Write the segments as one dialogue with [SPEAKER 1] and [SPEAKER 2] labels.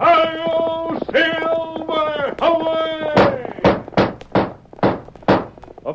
[SPEAKER 1] Hail, Silver! Away! A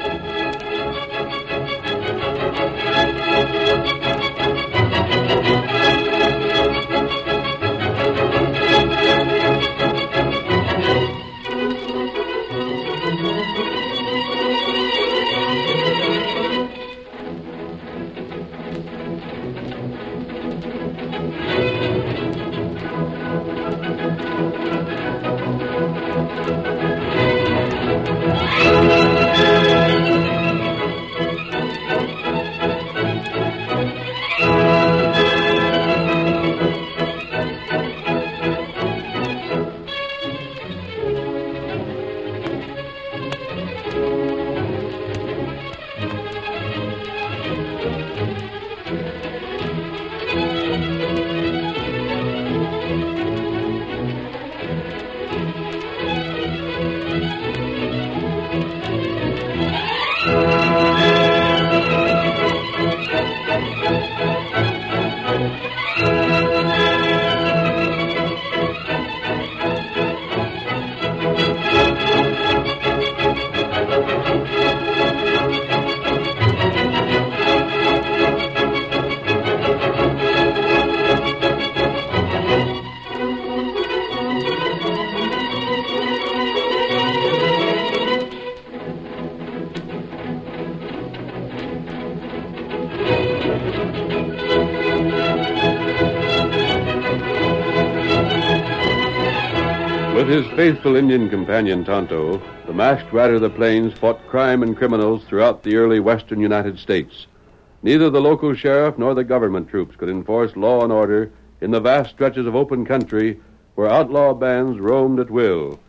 [SPEAKER 1] With his faithful Indian companion Tonto, the masked rider of the plains fought crime and criminals throughout the early western United States. Neither the local sheriff nor the government troops could enforce law and order in the vast stretches of open country where outlaw bands roamed at will.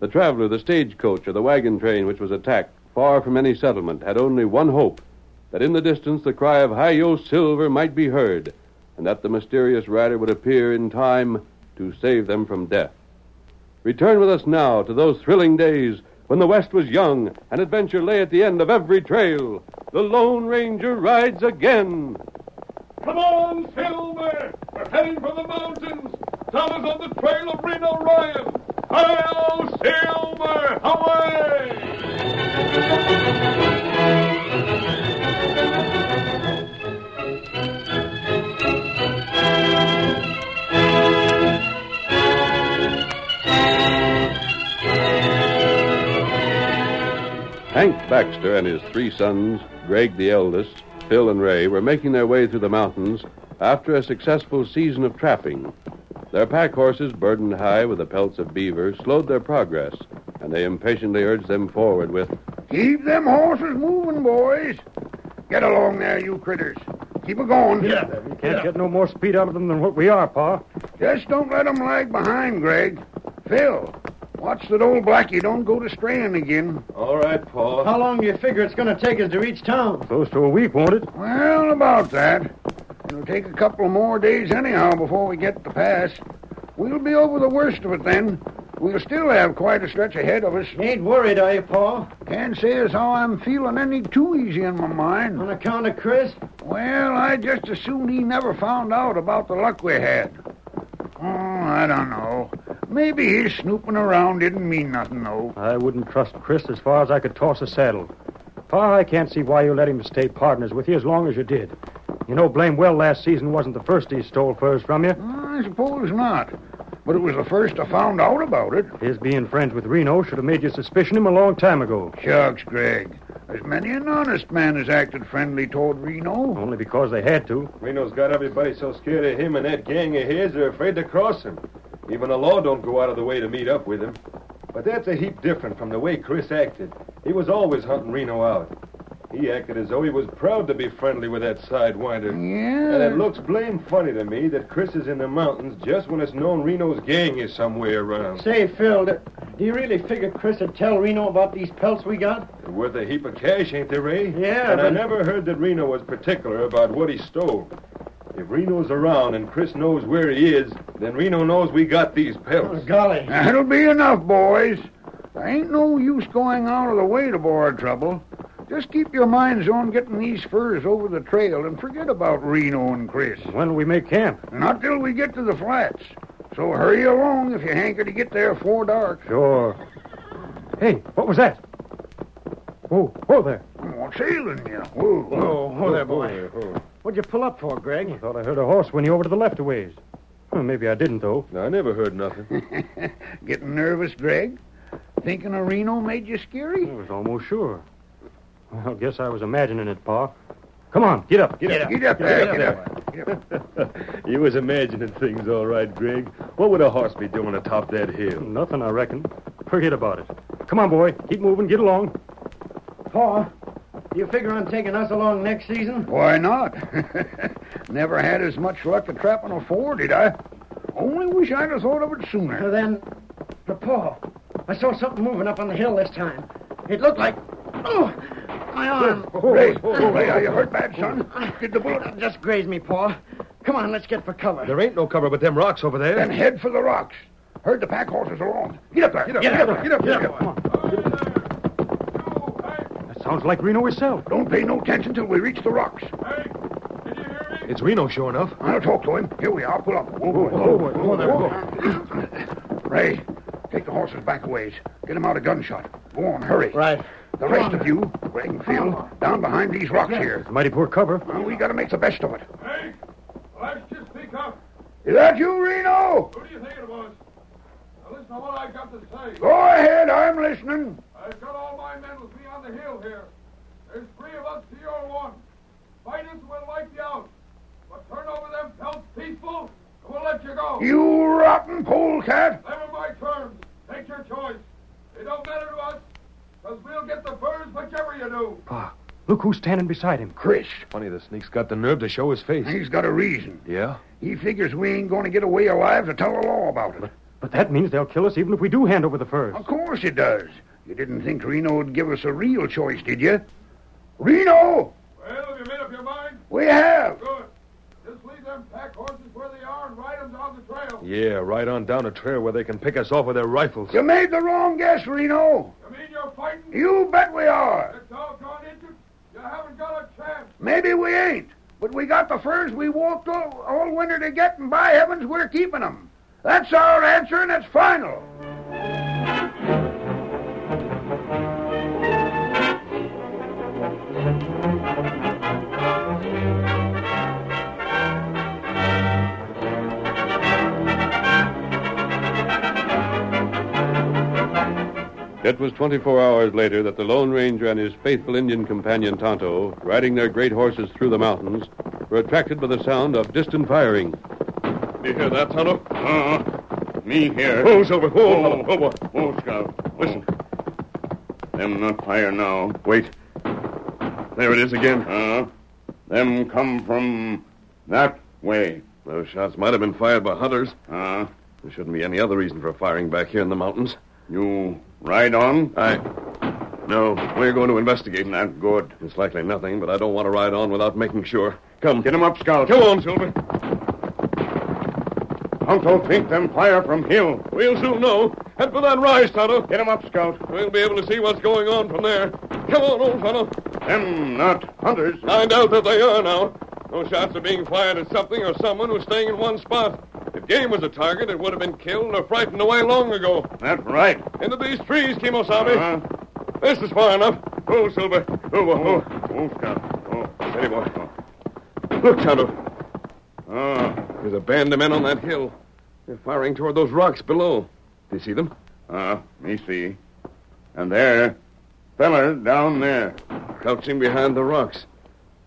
[SPEAKER 1] The traveler, the stagecoach, or the wagon train which was attacked, far from any settlement, had only one hope that in the distance the cry of Hi-Yo Silver might be heard, and that the mysterious rider would appear in time to save them from death. Return with us now to those thrilling days when the West was young and adventure lay at the end of every trail. The Lone Ranger rides again. Come on, Silver! We're heading for the mountains. Thomas on the trail of Reno Ryan. Hail, Silver! Away! Hank Baxter and his three sons, Greg the eldest, Phil and Ray, were making their way through the mountains after a successful season of trapping. Their pack horses, burdened high with the pelts of beaver, slowed their progress, and they impatiently urged them forward with,
[SPEAKER 2] Keep them horses moving, boys. Get along there, you critters. Keep a going.
[SPEAKER 3] Can't get no more speed out of them than what we are, Pa.
[SPEAKER 2] Just don't let 'em lag behind, Greg. Phil, watch that old blackie don't go to straying again.
[SPEAKER 1] All right, Paul.
[SPEAKER 4] How long do you figure it's going to take us to reach town?
[SPEAKER 3] Close to a week, won't it?
[SPEAKER 2] Well, about that. It'll take a couple more days anyhow before we get the pass. We'll be over the worst of it then. We'll still have quite a stretch ahead of us.
[SPEAKER 4] You ain't worried, are you, Paul?
[SPEAKER 2] Can't say as how I'm feeling any too easy in my mind.
[SPEAKER 4] On account of Chris?
[SPEAKER 2] Well, I just assumed he never found out about the luck we had. Oh, I don't know. Maybe his snooping around didn't mean nothing, though.
[SPEAKER 3] I wouldn't trust Chris as far as I could toss a saddle. Pa, I can't see why you let him stay partners with you as long as you did. You know, blame well, last season wasn't the first he stole furs from you.
[SPEAKER 2] I suppose not. But it was the first I found out about it.
[SPEAKER 3] His being friends with Reno should have made you suspicion him a long time ago,
[SPEAKER 2] Shucks, Greg. There's many an honest man has acted friendly toward Reno.
[SPEAKER 3] only because they had to.
[SPEAKER 1] Reno's got everybody so scared of him and that gang of his, they're afraid to cross him. Even the law don't go out of the way to meet up with him. But that's a heap different from the way Chris acted. He was always hunting Reno out. He acted as though he was proud to be friendly with that sidewinder.
[SPEAKER 2] Yeah.
[SPEAKER 1] And it
[SPEAKER 5] Hmm.
[SPEAKER 1] looks blame funny to me that Chris is in the mountains just when it's known Reno's gang is somewhere around.
[SPEAKER 5] Say, Phil, do do you really figure Chris would tell Reno about these pelts we got?
[SPEAKER 1] They're worth a heap of cash, ain't they, Ray?
[SPEAKER 5] Yeah,
[SPEAKER 1] And I
[SPEAKER 5] but-
[SPEAKER 1] never heard that Reno was particular about what he stole. If Reno's around and Chris knows where he is, then Reno knows we got these
[SPEAKER 5] Oh,
[SPEAKER 1] pelts.
[SPEAKER 5] golly.
[SPEAKER 2] That'll be enough, boys. There ain't no use going out of the way to borrow trouble. Just keep your minds on getting these furs over the trail and forget about Reno and Chris.
[SPEAKER 3] When do we make camp?
[SPEAKER 2] Not till we get to the flats. So hurry along if you hanker to get there before dark.
[SPEAKER 3] Sure. Hey, what was that? Whoa, whoa there.
[SPEAKER 2] What's ailing you? Whoa.
[SPEAKER 5] Oh, oh, there, boy. What'd you pull up for, Greg?
[SPEAKER 3] Thought I heard a horse whinny over to the left a ways. Well, maybe I didn't, though.
[SPEAKER 1] I never heard nothing.
[SPEAKER 2] Getting nervous, Greg? Thinking of Reno made you
[SPEAKER 3] I
[SPEAKER 2] scary?
[SPEAKER 3] was almost sure. Well, guess I was imagining it, Pa. Come on, get up.
[SPEAKER 1] Get
[SPEAKER 2] Get up there.
[SPEAKER 1] up
[SPEAKER 2] Get
[SPEAKER 1] there.
[SPEAKER 2] up.
[SPEAKER 1] you was imagining things all right, Greg. What would a horse be doing atop that hill?
[SPEAKER 3] Nothing, I reckon. Forget about it. Come on, boy. Keep moving. Get along.
[SPEAKER 5] Paul, you figure on taking us along next season?
[SPEAKER 2] Why not? Never had as much luck at trapping a four, did I? Only wish I'd have thought of it
[SPEAKER 5] Uh,
[SPEAKER 2] sooner.
[SPEAKER 5] Then, but Paul, I saw something moving up on the hill this time. It looked like. Oh, my
[SPEAKER 3] Um,
[SPEAKER 5] arm.
[SPEAKER 3] Oh,
[SPEAKER 2] Ray, Ray, are you hurt bad, son? Did the bullet
[SPEAKER 5] It just grazed me, Paul. Come on, let's get for cover.
[SPEAKER 1] There ain't no cover but them rocks over there.
[SPEAKER 2] Then head for the rocks. Heard the pack horses are on. Get up there. Get up.
[SPEAKER 5] Get up.
[SPEAKER 1] Get up,
[SPEAKER 5] Get
[SPEAKER 1] get
[SPEAKER 5] up.
[SPEAKER 1] up.
[SPEAKER 3] That sounds like Reno himself.
[SPEAKER 2] Don't pay no attention till we reach the rocks.
[SPEAKER 1] It's Reno, sure enough.
[SPEAKER 2] I'll talk to him. Here we are. Pull up. Whoa, whoa, Ray, take the horses back a ways. Get them out of gunshot. Go on, hurry.
[SPEAKER 5] Right.
[SPEAKER 2] The rest of you, Greg and Phil, down behind these rocks here.
[SPEAKER 3] Mighty poor cover.
[SPEAKER 2] Well, we gotta make the best of it.
[SPEAKER 6] Hey, let's just speak up.
[SPEAKER 2] Is that you, Reno?
[SPEAKER 6] Who do you think it was? Now listen to what I got to say.
[SPEAKER 2] Go ahead. I'm listening.
[SPEAKER 6] I've got all my men with me on the hill here. There's three of us to your one. Fight us and we'll wipe you out. But turn over them pelts peaceful and we'll let you go.
[SPEAKER 2] You rotten polecat.
[SPEAKER 6] Them are my terms. Take your choice. They don't matter to us, because we'll get the birds whichever you do.
[SPEAKER 3] Pa, Ah, look who's standing beside him.
[SPEAKER 2] Chris,
[SPEAKER 1] Funny the snake's got the nerve to show his face.
[SPEAKER 2] he's got a reason.
[SPEAKER 1] Yeah?
[SPEAKER 2] He figures we ain't gonna get away alive to tell the law about it.
[SPEAKER 3] But that means they'll kill us even if we do hand over the furs.
[SPEAKER 2] Of course it does. You didn't think Reno would give us a real choice, did you? Reno,
[SPEAKER 6] Well, have you made up your mind?
[SPEAKER 2] we have.
[SPEAKER 6] Good. Just leave them pack horses where they are and ride them down the trail.
[SPEAKER 1] Yeah, right on down a trail where they can pick us off with their rifles.
[SPEAKER 2] You made the wrong guess, Reno.
[SPEAKER 6] You mean you're fighting?
[SPEAKER 2] You bet we are.
[SPEAKER 6] That doggone Egypt? You haven't got a chance.
[SPEAKER 2] Maybe we ain't, but we got the furs we walked all, all winter to get, and by heavens, we're keeping them. That's our answer, and it's final.
[SPEAKER 7] It was 24 hours later that the Lone Ranger and his faithful Indian companion Tonto, riding their great horses through the mountains, were attracted by the sound of distant firing.
[SPEAKER 8] You hear that, Tonto? Uh-huh. Me here.
[SPEAKER 1] Who's over? Whoa, whoa, whoa, whoa.
[SPEAKER 8] Whoa, Scout. Listen. Them not fire now. Wait.
[SPEAKER 1] There it is again.
[SPEAKER 8] Uh-huh. Them come from that way.
[SPEAKER 1] Those shots might have been fired by hunters.
[SPEAKER 8] Uh,
[SPEAKER 1] There shouldn't be any other reason for firing back here in the mountains.
[SPEAKER 8] you ride on?
[SPEAKER 1] I. No, we're going to investigate.
[SPEAKER 8] Not good.
[SPEAKER 1] It's likely nothing, but I don't want to ride on without making sure. Come.
[SPEAKER 8] Get 'em up, Scout.
[SPEAKER 1] Come on, Silver.
[SPEAKER 8] Tonto think them fire from hill.
[SPEAKER 1] We'll soon know. Head for that rise, Tonto.
[SPEAKER 8] Get 'em up, Scout.
[SPEAKER 1] We'll be able to see what's going on from there. Come on, old fellow.
[SPEAKER 8] Them not hunters.
[SPEAKER 1] I doubt that they are now. Those shots are being fired at something or someone who's staying in one spot. If game was a target, it would have been killed or frightened away long ago.
[SPEAKER 8] That right.
[SPEAKER 1] Into these trees, Kimosabe.
[SPEAKER 8] Uh-huh.
[SPEAKER 1] This is far enough. Oh, Silver. Oh,
[SPEAKER 8] Oh,
[SPEAKER 1] oh,
[SPEAKER 8] oh, Scout. Oh.
[SPEAKER 1] oh. Anyway. Look, Tonto.
[SPEAKER 8] Uh,
[SPEAKER 1] There's a band of men on that hill. They're firing toward those rocks below. Do you see them?
[SPEAKER 8] uh, me see. And there, feller down there.
[SPEAKER 1] Crouching behind the rocks.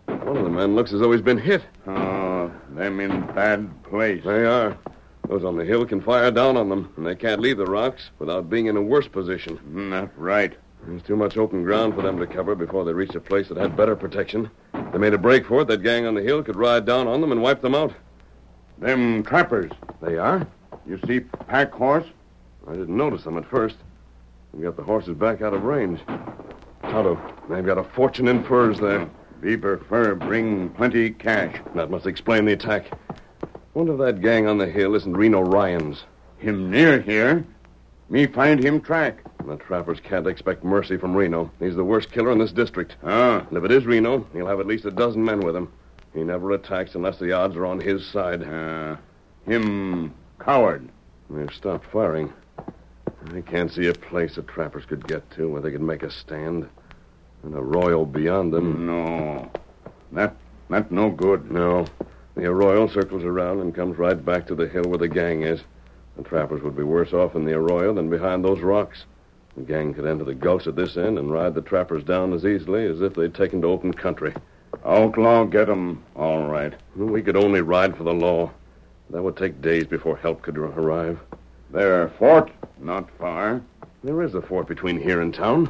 [SPEAKER 1] One of the men looks as though he's been hit.
[SPEAKER 8] Oh, them in bad place.
[SPEAKER 1] They are. Those on the hill can fire down on them, and they can't leave the rocks without being in a worse position.
[SPEAKER 8] Not right.
[SPEAKER 1] There's too much open ground for them to cover before they reached a place that had better protection. If they made a break for it, that gang on the hill could ride down on them and wipe them out.
[SPEAKER 8] Them trappers.
[SPEAKER 1] They are?
[SPEAKER 8] You see pack horse?
[SPEAKER 1] I didn't notice them at first. They've got the horses back out of range. Tonto, they've got a fortune in furs there.
[SPEAKER 8] Beaver fur bring plenty cash.
[SPEAKER 1] That must explain the attack. Wonder if that gang on the hill isn't Reno Ryan's.
[SPEAKER 8] Him near here. Me find him track.
[SPEAKER 1] And The trappers can't expect mercy from Reno. He's the worst killer in this district.
[SPEAKER 8] Ah,
[SPEAKER 1] And if it is Reno, he'll have at least a dozen men with him. He never attacks unless the odds are on his side.
[SPEAKER 8] uh, him coward.
[SPEAKER 1] They've stopped firing. I can't see a place the trappers could get to where they could make a stand. An arroyo beyond them.
[SPEAKER 8] No, that that no good.
[SPEAKER 1] No. The arroyo circles around and comes right back to the hill where the gang is. The trappers would be worse off in the arroyo than behind those rocks. The gang could enter the gulch at this end and ride the trappers down as easily as if they'd taken to open country.
[SPEAKER 8] Outlaw get 'em all right.
[SPEAKER 1] We could only ride for the law. That would take days before help could arrive.
[SPEAKER 8] Their fort not far.
[SPEAKER 1] There is a fort between here and town.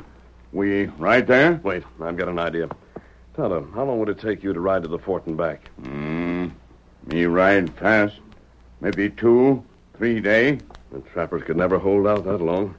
[SPEAKER 8] We right there.
[SPEAKER 1] Wait, I've got an idea. Tonto, how long would it take you to ride to the fort and back?
[SPEAKER 8] Mm, me ride fast. Maybe two, three day.
[SPEAKER 1] The trappers could never hold out that long.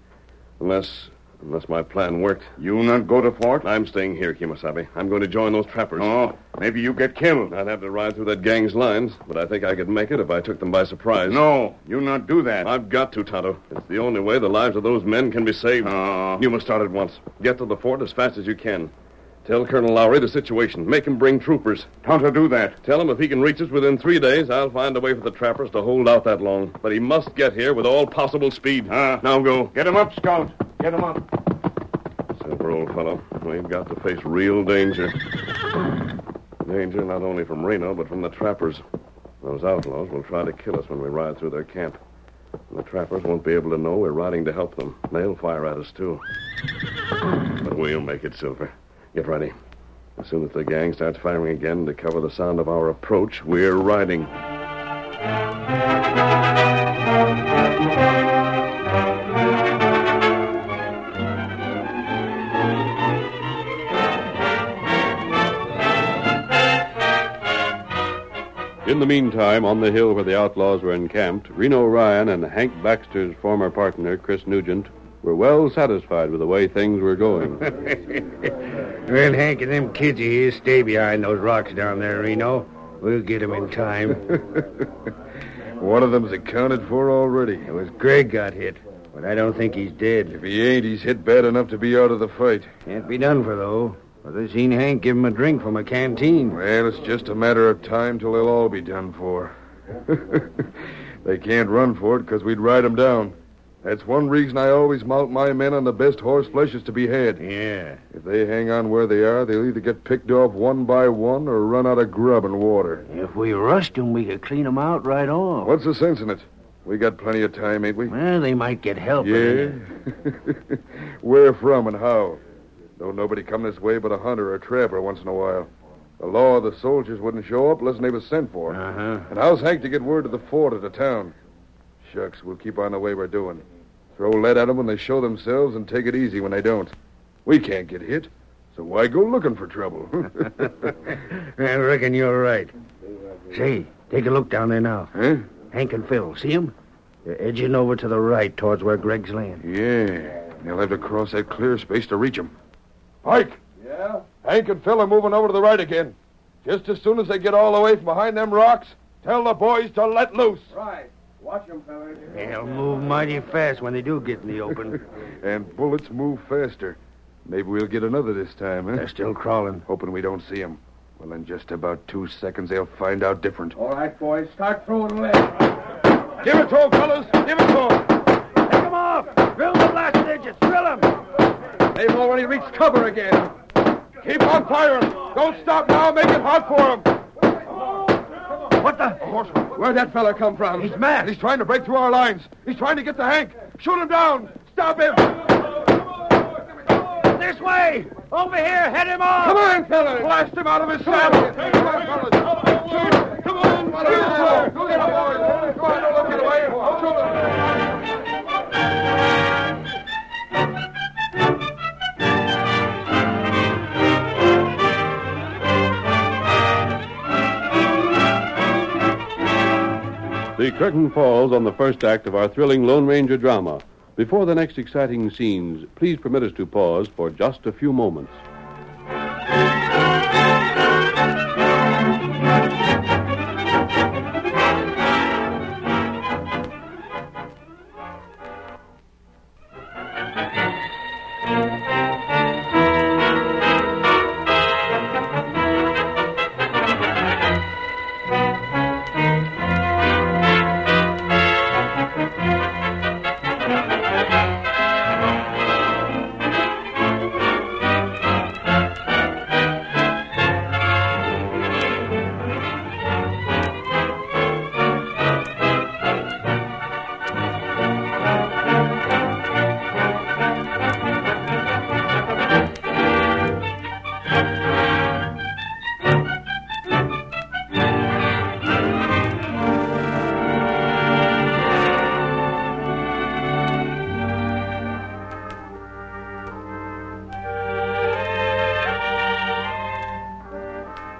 [SPEAKER 1] Unless, unless my plan worked.
[SPEAKER 8] You not go to fort.
[SPEAKER 1] I'm staying here, Kimasabi. I'm going to join those trappers.
[SPEAKER 8] Oh, maybe you get killed.
[SPEAKER 1] I'd have to ride through that gang's lines, but I think I could make it if I took them by surprise.
[SPEAKER 8] No, you not do that.
[SPEAKER 1] I've got to, Tonto. It's the only way the lives of those men can be saved.
[SPEAKER 8] Oh.
[SPEAKER 1] You must start at once. Get to the fort as fast as you can. Tell Colonel Lowry the situation. Make him bring troopers.
[SPEAKER 8] Tonto do that.
[SPEAKER 1] Tell him if he can reach us within three days, I'll find a way for the trappers to hold out that long. But he must get here with all possible speed.
[SPEAKER 8] Ah.
[SPEAKER 1] now go.
[SPEAKER 8] Get him up, Scout. Get him up.
[SPEAKER 1] Silver, old fellow, we've got to face real danger. Danger not only from Reno, but from the trappers. Those outlaws will try to kill us when we ride through their camp. And the trappers won't be able to know we're riding to help them. They'll fire at us, too. But we'll make it, Silver. Get ready. As soon as the gang starts firing again to cover the sound of our approach, we're riding.
[SPEAKER 7] In the meantime, on the hill where the outlaws were encamped, Reno Ryan and Hank Baxter's former partner, Chris Nugent, were well satisfied with the way things were going.
[SPEAKER 5] Well, Hank and them kids of his stay behind those rocks down there, Reno. We'll get 'em in time.
[SPEAKER 1] One of them's accounted for already.
[SPEAKER 5] It was Greg got hit, but I don't think he's dead.
[SPEAKER 1] If he ain't, he's hit bad enough to be out of the fight.
[SPEAKER 5] Can't be done for, though. But I seen Hank give him a drink from a canteen.
[SPEAKER 1] Well, it's just a matter of time till they'll all be done for. they can't run for it because we'd ride 'em down. That's one reason I always mount my men on the best horse flesh is to be had.
[SPEAKER 5] Yeah.
[SPEAKER 1] If they hang on where they are, they'll either get picked off one by one or run out of grub and water.
[SPEAKER 5] If we rushed 'em, we could clean 'em out right off.
[SPEAKER 1] What's the sense in it? We got plenty of time, ain't we?
[SPEAKER 5] Well, they might get help.
[SPEAKER 1] Yeah. Where from and how? Don't nobody come this way but a hunter or a trapper once in a while. The law of the soldiers wouldn't show up unless they was sent for.
[SPEAKER 5] Uh huh.
[SPEAKER 1] And how's Hank to get word to the fort or the town? Shucks, we'll keep on the way we're doing. Throw lead at 'em when they show themselves and take it easy when they don't. We can't get hit, so why go looking for trouble?
[SPEAKER 5] I reckon you're right. Say, take a look down there now.
[SPEAKER 1] Huh?
[SPEAKER 5] Hank and Phil, see 'em? They're edging over to the right towards where Greg's laying.
[SPEAKER 1] yeah, they'll have to cross that clear space to reach 'em. Pike! Yeah? Hank and Phil are moving over to the right again. Just as soon as they get all the way from behind them rocks, tell the boys to let loose.
[SPEAKER 5] They'll move mighty fast when they do get in the open.
[SPEAKER 1] And bullets move faster. Maybe we'll get another this time, huh?
[SPEAKER 5] They're still crawling.
[SPEAKER 1] Hoping we don't see him. Well, in just about two seconds, they'll find out different.
[SPEAKER 5] All right, boys, start throwing lead.
[SPEAKER 1] Give it to him, fellas. Give it to him.
[SPEAKER 5] Take them off! Drill the blasted engines! Drill them!
[SPEAKER 1] They've already reached cover again. Keep on firing. Don't stop now. Make it hot for him.
[SPEAKER 5] What the?
[SPEAKER 1] Where'd that fella come from?
[SPEAKER 5] He's mad.
[SPEAKER 1] He's trying to break through our lines. He's trying to get to Hank. Shoot him down. Stop him.
[SPEAKER 5] This way! Over here! Head him off!
[SPEAKER 1] Come on, fellas. Blast him out of his saddle. Come on, fellas. Shoot. Come on. Shoot. Go get him, boys. Come on. Don't look away. Shoot him.
[SPEAKER 7] curtain falls on the first act of our thrilling Lone Ranger drama. Before the next exciting scenes, please permit us to pause for just a few moments.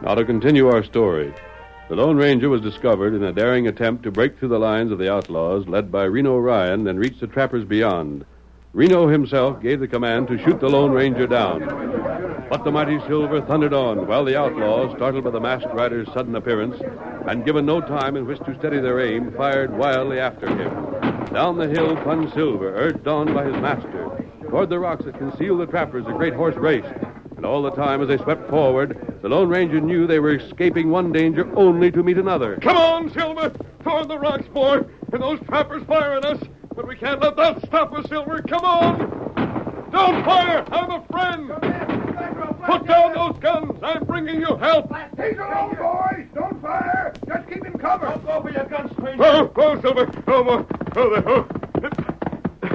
[SPEAKER 7] Now, to continue our story. The Lone Ranger was discovered in a daring attempt to break through the lines of the outlaws led by Reno Ryan and reach the trappers beyond. Reno himself gave the command to shoot the Lone Ranger down. But the mighty Silver thundered on while the outlaws, startled by the masked rider's sudden appearance and given no time in which to steady their aim, fired wildly after him. Down the hill plunged Silver, urged on by his master. Toward the rocks that concealed the trappers, a great horse raced. And all the time, as they swept forward, the Lone Ranger knew they were escaping one danger only to meet another.
[SPEAKER 9] Come on, Silver! Toward the rocks, boy! And those trappers fire at us! But we can't let that stop us, Silver! Come on! Don't fire! I'm a friend! Put down those guns! I'm bringing you help!
[SPEAKER 2] He's alone, boys. Don't fire. Just keep him covered.
[SPEAKER 9] Go for your guns, stranger!
[SPEAKER 1] Oh, oh, Silver! Oh, more. Oh, there. Oh.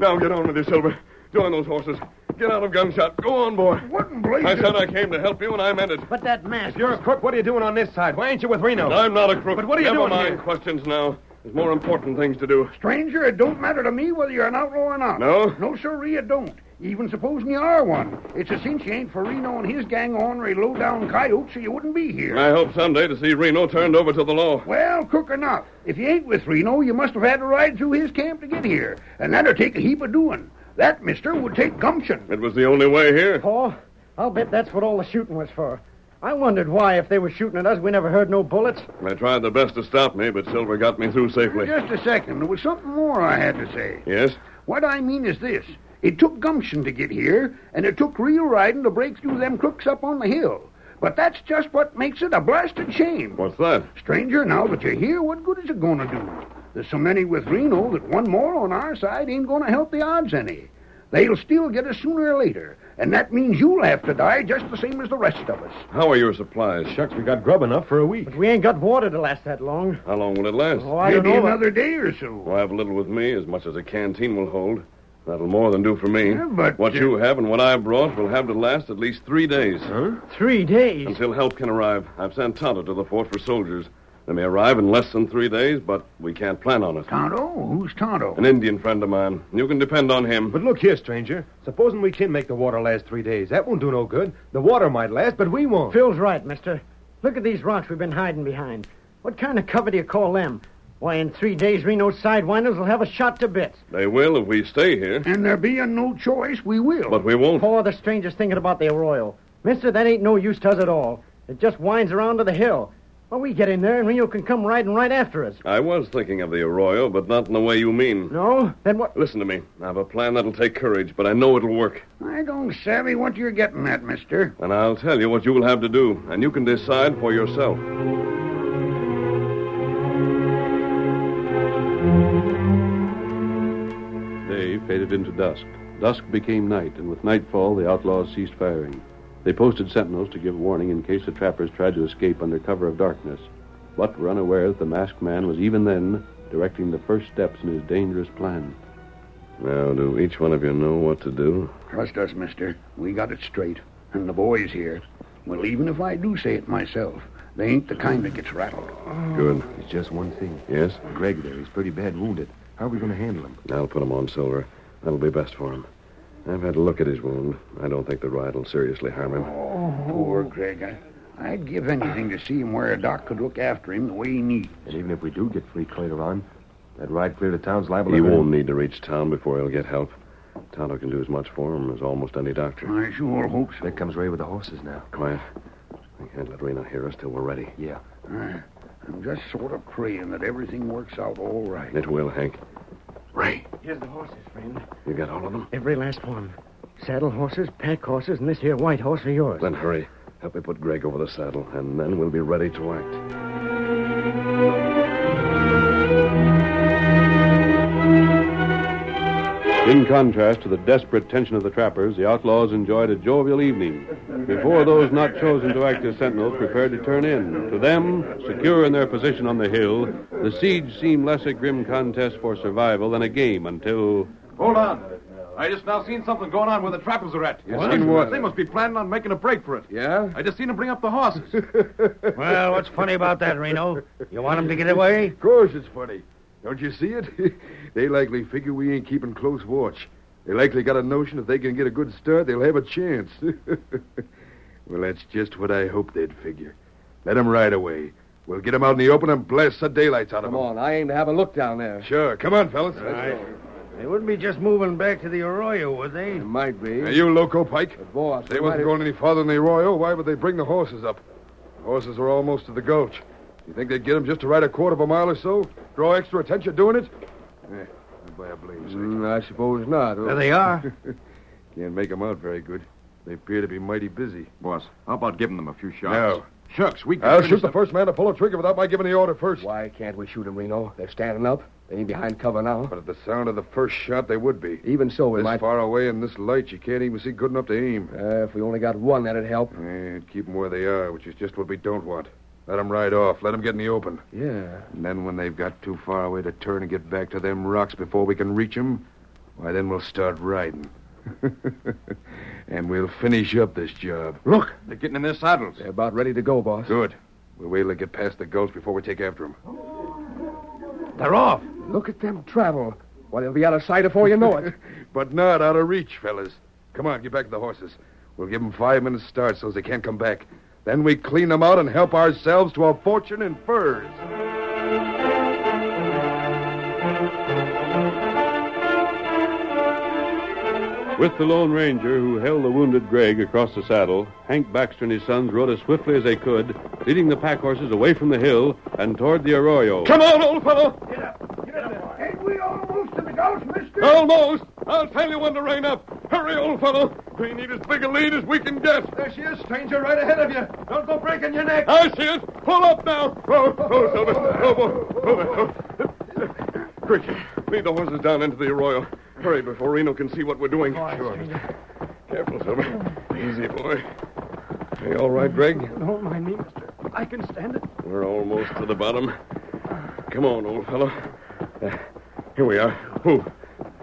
[SPEAKER 1] Now get on with you, Silver. Join those horses. Get out of gunshot. Go on, boy.
[SPEAKER 2] Wouldn't blazes.
[SPEAKER 1] I said I came to help you, and I meant it.
[SPEAKER 5] But that mask.
[SPEAKER 3] You're a crook. What are you doing on this side? Why ain't you with Reno?
[SPEAKER 1] I'm not a crook.
[SPEAKER 3] But what are you
[SPEAKER 1] Never
[SPEAKER 3] doing
[SPEAKER 1] mind
[SPEAKER 3] here?
[SPEAKER 1] questions now. There's more important things to do.
[SPEAKER 2] Stranger, it don't matter to me whether you're an outlaw or not.
[SPEAKER 1] No?
[SPEAKER 2] No, sirree, it don't. Even supposing you are one. It's a cinch you ain't for Reno and his gang of ornery low-down coyotes, so you wouldn't be here.
[SPEAKER 1] I hope someday to see Reno turned over to the law.
[SPEAKER 2] Well, crook or not, if you ain't with Reno, you must have had to ride through his camp to get here. And that'd take a heap of doing. That, mister, would take gumption.
[SPEAKER 1] It was the only way here.
[SPEAKER 5] Paul, I'll bet that's what all the shooting was for. I wondered why, if they were shooting at us, we never heard no bullets.
[SPEAKER 1] They tried their best to stop me, but Silver got me through safely.
[SPEAKER 2] Just a second. There was something more I had to say.
[SPEAKER 1] Yes?
[SPEAKER 2] What I mean is this. It took gumption to get here, and it took real riding to break through them crooks up on the hill. But that's just what makes it a blasted shame.
[SPEAKER 1] What's that?
[SPEAKER 2] Stranger, now that you're here, what good is it going to do? There's so many with Reno that one more on our side ain't going to help the odds any. They'll still get us sooner or later, and that means you'll have to die just the same as the rest of us.
[SPEAKER 1] How are your supplies?
[SPEAKER 3] Shucks, we got grub enough for a week.
[SPEAKER 5] But we ain't got water to last that long.
[SPEAKER 1] How long will it last?
[SPEAKER 5] Oh, I
[SPEAKER 2] Maybe
[SPEAKER 5] don't know.
[SPEAKER 2] another day or so.
[SPEAKER 1] Well, I have a little with me, as much as a canteen will hold. That'll more than do for me.
[SPEAKER 2] Yeah, but,
[SPEAKER 1] what
[SPEAKER 2] uh,
[SPEAKER 1] you have and what I brought will have to last at least three days. Huh?
[SPEAKER 5] Three days.
[SPEAKER 1] Until help can arrive, I've sent Tonto to the fort for soldiers. They may arrive in less than three days, but we can't plan on it.
[SPEAKER 2] Tonto? Who's Tonto?
[SPEAKER 1] An Indian friend of mine. You can depend on him.
[SPEAKER 3] But look here, stranger. Supposing we can make the water last three days. That won't do no good. The water might last, but we won't.
[SPEAKER 5] Phil's right, mister. Look at these rocks we've been hiding behind. What kind of cover do you call them? Why, in three days, Reno's sidewinders will have us shot to bits.
[SPEAKER 1] They will if we stay here,
[SPEAKER 2] And there being no choice, we will.
[SPEAKER 1] but we won't.
[SPEAKER 5] Poor the stranger's thinking about the arroyo. Mister, that ain't no use to us at all. It just winds around to the hill. Well, we get in there, and Reno can come riding right after us.
[SPEAKER 1] I was thinking of the arroyo, but not in the way you mean.
[SPEAKER 5] No? Then what?
[SPEAKER 1] Listen to me. I have a plan that'll take courage, but I know it'll work.
[SPEAKER 2] I don't savvy what you're getting at, mister.
[SPEAKER 1] And I'll tell you what you will have to do, and you can decide for yourself.
[SPEAKER 7] Day faded into dusk. Dusk became night, and with nightfall, the outlaws ceased firing. They posted sentinels to give warning in case the trappers tried to escape under cover of darkness, but were unaware that the masked man was even then directing the first steps in his dangerous plan.
[SPEAKER 1] Now, do each one of you know what to do?
[SPEAKER 2] Trust us, mister. We got it straight. And the boys here. Well, even if I do say it myself, they ain't the kind that gets rattled.
[SPEAKER 1] Good.
[SPEAKER 10] It's just one thing.
[SPEAKER 1] Yes?
[SPEAKER 10] Greg there, he's pretty bad wounded. How are we going to handle him?
[SPEAKER 1] I'll put him on Silver. That'll be best for him.
[SPEAKER 11] Oh,
[SPEAKER 1] I've had a look at his wound. I don't think the ride will seriously harm him.
[SPEAKER 2] Poor Greg. I,
[SPEAKER 11] I'd give anything to see him where a doc could look after him the way he needs.
[SPEAKER 2] And even if we do get fleet later on, that ride clear to town's liable
[SPEAKER 1] He
[SPEAKER 2] to hurt
[SPEAKER 1] won't
[SPEAKER 2] him.
[SPEAKER 1] need to reach town before he'll get help. Tonto can do as much for him as almost any doctor.
[SPEAKER 11] I sure hope so.
[SPEAKER 2] There comes Ray with the horses now.
[SPEAKER 1] Quiet. We can't let Reno hear us till we're ready.
[SPEAKER 2] Yeah.
[SPEAKER 11] Uh, I'm just sort of praying that everything works out all right.
[SPEAKER 1] It will, Hank. Ray,
[SPEAKER 5] Here's the horses, friend.
[SPEAKER 1] you got all of them?
[SPEAKER 5] Every last one. Saddle horses, pack horses, and this here white horse are yours.
[SPEAKER 1] Then hurry. Help me put Greg over the saddle, and then we'll be ready to act.
[SPEAKER 12] In contrast to the desperate tension of the trappers, the outlaws enjoyed a jovial evening. Before those not chosen to act as sentinels prepared to turn in, to them, secure in their position on the hill, the siege seemed less a grim contest for survival than a game until.
[SPEAKER 13] Hold on. I just now seen something going on where the trappers are at.
[SPEAKER 12] What? Seen what?
[SPEAKER 13] They must be planning on making a break for it.
[SPEAKER 12] Yeah?
[SPEAKER 13] I just seen them bring up the horses.
[SPEAKER 5] Well, what's funny about that, Reno? You want him to get away?
[SPEAKER 2] Of course it's funny. Don't you see it? they likely figure we ain't keeping close watch. They likely got a notion if they can get a good start, they'll have a chance. well, that's just what I hoped they'd figure. Let 'em ride away. We'll get 'em out in the open and blast the daylights out of 'em.
[SPEAKER 3] on, I aim to have a look down there.
[SPEAKER 2] Sure. Come on, fellas.
[SPEAKER 3] They wouldn't be just moving back to the arroyo, would they? It might be.
[SPEAKER 2] Now, you loco, Pike.
[SPEAKER 3] boss,
[SPEAKER 2] If they wasn't going any farther than the arroyo, why would they bring the horses up? The horses are almost to the gulch. You think they'd get 'em just to ride a quarter of a mile or so? Draw extra attention doing it? Mm, Eh, by a blame's sake.
[SPEAKER 3] I suppose not.
[SPEAKER 2] There they are. Can't make 'em out very good. They appear to be mighty busy.
[SPEAKER 13] Boss, how about giving them a few shots?
[SPEAKER 2] No.
[SPEAKER 13] Shucks, we
[SPEAKER 2] I'll shoot the first man to pull a trigger without my giving the order first.
[SPEAKER 3] Why can't we shoot 'em, Reno? They're standing up. They ain't behind cover now. But
[SPEAKER 2] at the sound of the first shot, they would be.
[SPEAKER 3] Even so, we
[SPEAKER 2] this
[SPEAKER 3] might.
[SPEAKER 2] far away in this light, you can't even see good enough to aim.
[SPEAKER 3] Uh, if we only got one, that'd help.
[SPEAKER 2] And keep 'em where they are, which is just what we don't want. Let 'em ride off. Let 'em get in the open.
[SPEAKER 3] Yeah.
[SPEAKER 2] And then when they've got too far away to turn and get back to them rocks before we can reach 'em, why, then we'll start riding. and we'll finish up this job. Look!
[SPEAKER 13] They're getting in their saddles.
[SPEAKER 3] They're about ready to go, boss.
[SPEAKER 2] Good. We'll wait till they get past the gulch before we take after 'em.
[SPEAKER 3] They're off. Look at them travel. Well, they'll be out of sight afore you know it.
[SPEAKER 2] But not out of reach, fellas. Come on, get back to the horses. We'll give 'em five minutes' start so they can't come back. Then we clean 'em out and help ourselves to a fortune in furs.
[SPEAKER 12] With the Lone Ranger, who held the wounded Greg across the saddle, Hank Baxter and his sons rode as swiftly as they could, leading the pack horses away from the hill and toward the arroyo.
[SPEAKER 14] Come on, old fellow.
[SPEAKER 11] Ain't we almost to the gulch, mister?
[SPEAKER 14] Almost. I'll tell you when to rein up. Hurry, old fellow. We need as big a lead as we can get. There she is, stranger, right ahead of you. Don't go breaking your neck. I see it. Pull up now. Oh, oh, Silver. Oh, boy. Oh, boy. Oh. Quick, lead the horses down into the arroyo. Hurry before Reno can see what we're doing. Sure. Careful, Silver. Easy, boy.
[SPEAKER 1] Hey, all right, Greg?
[SPEAKER 15] Don't mind me, mister. I can stand it.
[SPEAKER 1] We're almost to the bottom. Come on, old fellow. Uh, here we are. Who?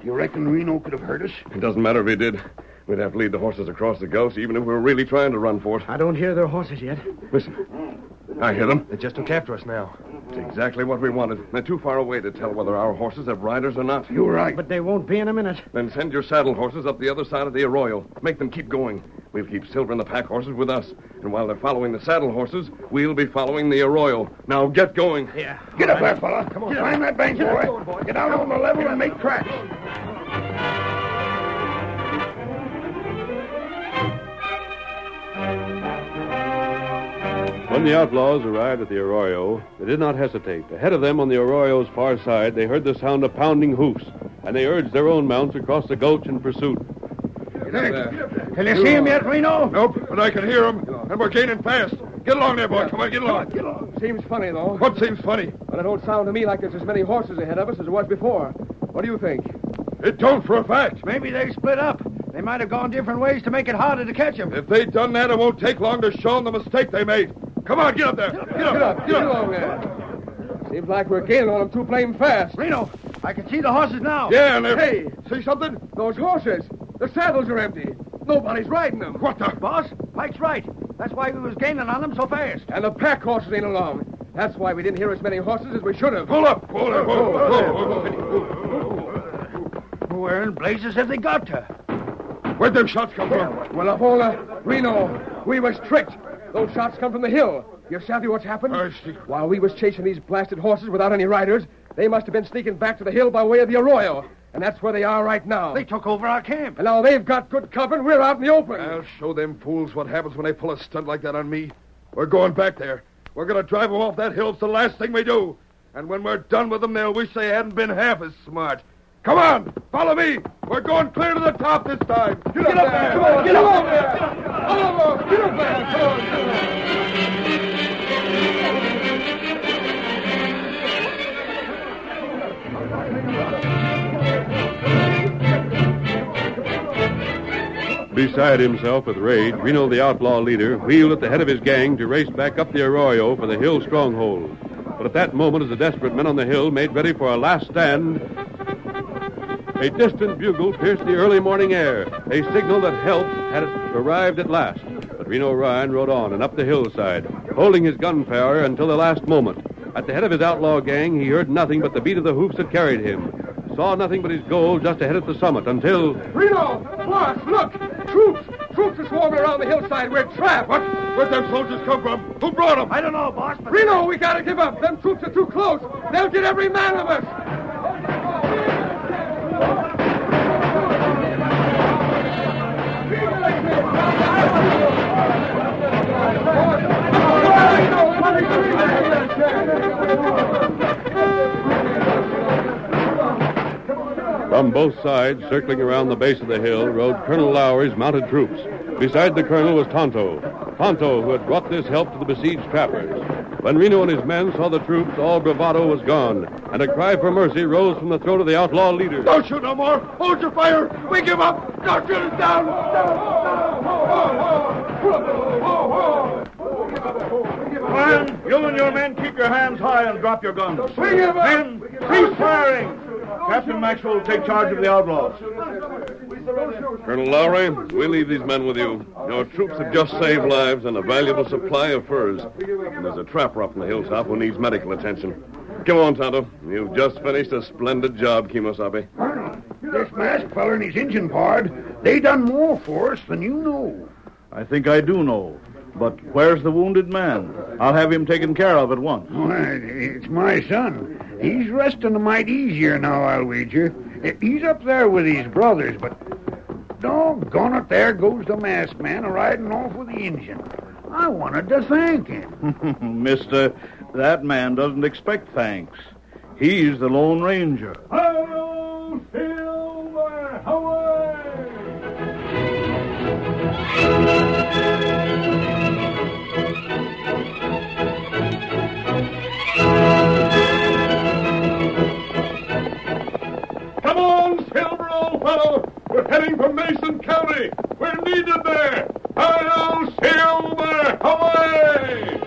[SPEAKER 11] You reckon Reno could have hurt us?
[SPEAKER 1] It doesn't matter if he did. We'd have to lead the horses across the gulch, even if we were really trying to run for it.
[SPEAKER 5] I don't hear their horses yet.
[SPEAKER 1] Listen. I hear them.
[SPEAKER 2] They just took after us now.
[SPEAKER 1] It's exactly what we wanted. They're too far away to tell whether our horses have riders or not.
[SPEAKER 11] You're right.
[SPEAKER 5] But they won't be in a minute.
[SPEAKER 1] Then send your saddle horses up the other side of the arroyo. Make them keep going. We'll keep Silver and the pack horses with us. And while they're following the saddle horses, we'll be following the arroyo. Now get going.
[SPEAKER 5] Yeah.
[SPEAKER 11] Get up there, fella. Come on. Climb that bank, boy. Get out on the level and make tracks.
[SPEAKER 12] When the outlaws arrived at the arroyo, they did not hesitate. Ahead of them on the arroyo's far side, they heard the sound of pounding hoofs, and they urged their own mounts across the gulch in pursuit.
[SPEAKER 5] Can you see him yet, Reno?
[SPEAKER 1] Nope, but I can hear them. And we're gaining fast. Get along there, boy. Come on, get along.
[SPEAKER 3] Get along. Seems funny, though.
[SPEAKER 1] What seems funny?
[SPEAKER 3] But it don't sound to me like there's as many horses ahead of us as there was before. What do you think?
[SPEAKER 1] It don't for a fact.
[SPEAKER 5] Maybe they split up. They might have gone different ways to make it harder to catch him.
[SPEAKER 1] If they'd done that, it won't take long to show 'em the mistake they made. Come on, get up there. Get up.
[SPEAKER 3] Get up. Get along there. Seems like we're gaining on them too blame fast.
[SPEAKER 5] Reno, I can see the horses now.
[SPEAKER 1] Yeah, and they're-
[SPEAKER 3] Hey,
[SPEAKER 1] see something?
[SPEAKER 3] those horses. The saddles are empty. Nobody's riding them.
[SPEAKER 1] What the?
[SPEAKER 5] Boss, Pike's right. That's why we was gaining on them so fast.
[SPEAKER 3] And the pack horses ain't along. That's why we didn't hear as many horses as we should have.
[SPEAKER 1] Pull up. Pull up. Whoa, whoa, whoa, whoa,
[SPEAKER 5] Where in blazes have they got to?
[SPEAKER 1] Where'd them shots come from?
[SPEAKER 16] uh,
[SPEAKER 3] Well, Avola, Reno, we was tricked.
[SPEAKER 16] Those shots come from the hill. You savvy what's happened? While we was chasing these blasted horses without any riders, they must have been sneaking back to the hill by way of the arroyo. And that's where they are right now. They took over our camp. And now they've got good cover and we're out in the open.
[SPEAKER 3] I'll show them fools what happens when they pull a stunt like that on me. We're going back there. We're going to drive them off that hill. It's the last thing we do. And when we're done with them, they'll wish they hadn't been half as smart. Come on, follow me. We're going clear to the top this time. Get, up, there. Come on, get up there.
[SPEAKER 1] Beside himself with rage, Reno, the outlaw leader, wheeled at the head of his gang to race back up the arroyo for the hill stronghold. But at that moment, as the desperate men on the hill made ready for a last stand, a distant bugle pierced the early morning air, a signal that help had arrived at last. But Reno Ryan rode on and up the hillside, holding his gunfire until the last moment. At the head of his outlaw gang, he heard nothing but the beat of the hoofs that carried him, saw nothing but his goal just ahead at the summit until.
[SPEAKER 16] Reno! Flores, look! Troops! Troops are swarming around the hillside. We're trapped. What?
[SPEAKER 17] Where'd them soldiers come from? Who brought them? I don't know, boss. But
[SPEAKER 16] Reno, we gotta give up. Them troops are too close. They'll get every man of us.
[SPEAKER 1] From both sides, circling around the base of the hill, rode Colonel Lowry's mounted troops. Beside the colonel was Tonto. Tonto, who had brought this help to the besieged trappers. When Reno and his men saw the troops, all bravado was gone, and a cry for mercy rose from the throat of the outlaw leader.
[SPEAKER 17] Don't shoot no more. Hold your fire. We give up. Don't shoot us down.
[SPEAKER 18] Ryan, you and your men keep your hands high and drop your guns. Men, cease firing. Captain Maxwell will take charge of the outlaws.
[SPEAKER 19] Colonel Lowry, we leave these men with you. Your troops have just saved lives and a valuable supply of furs. And there's a trapper up on the hilltop who needs medical attention. Come on, Tonto. You've just finished a splendid job, Kimosabe.
[SPEAKER 2] This masked feller and his engine pard, they done more for us than you know.
[SPEAKER 18] I think I do know. But where's the wounded man? I'll have him taken care of at once.
[SPEAKER 2] Why, it's my son. He's resting a mite easier now, I'll wager. He's up there with his brothers, but doggone it, there goes the masked man a riding off with the engine. I wanted to thank him.
[SPEAKER 18] Mister, that man doesn't expect thanks. He's the Lone Ranger.
[SPEAKER 17] Come on, Silver, old fellow. We're heading for Mason County. We're needed there. Hail, Silver, away!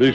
[SPEAKER 1] The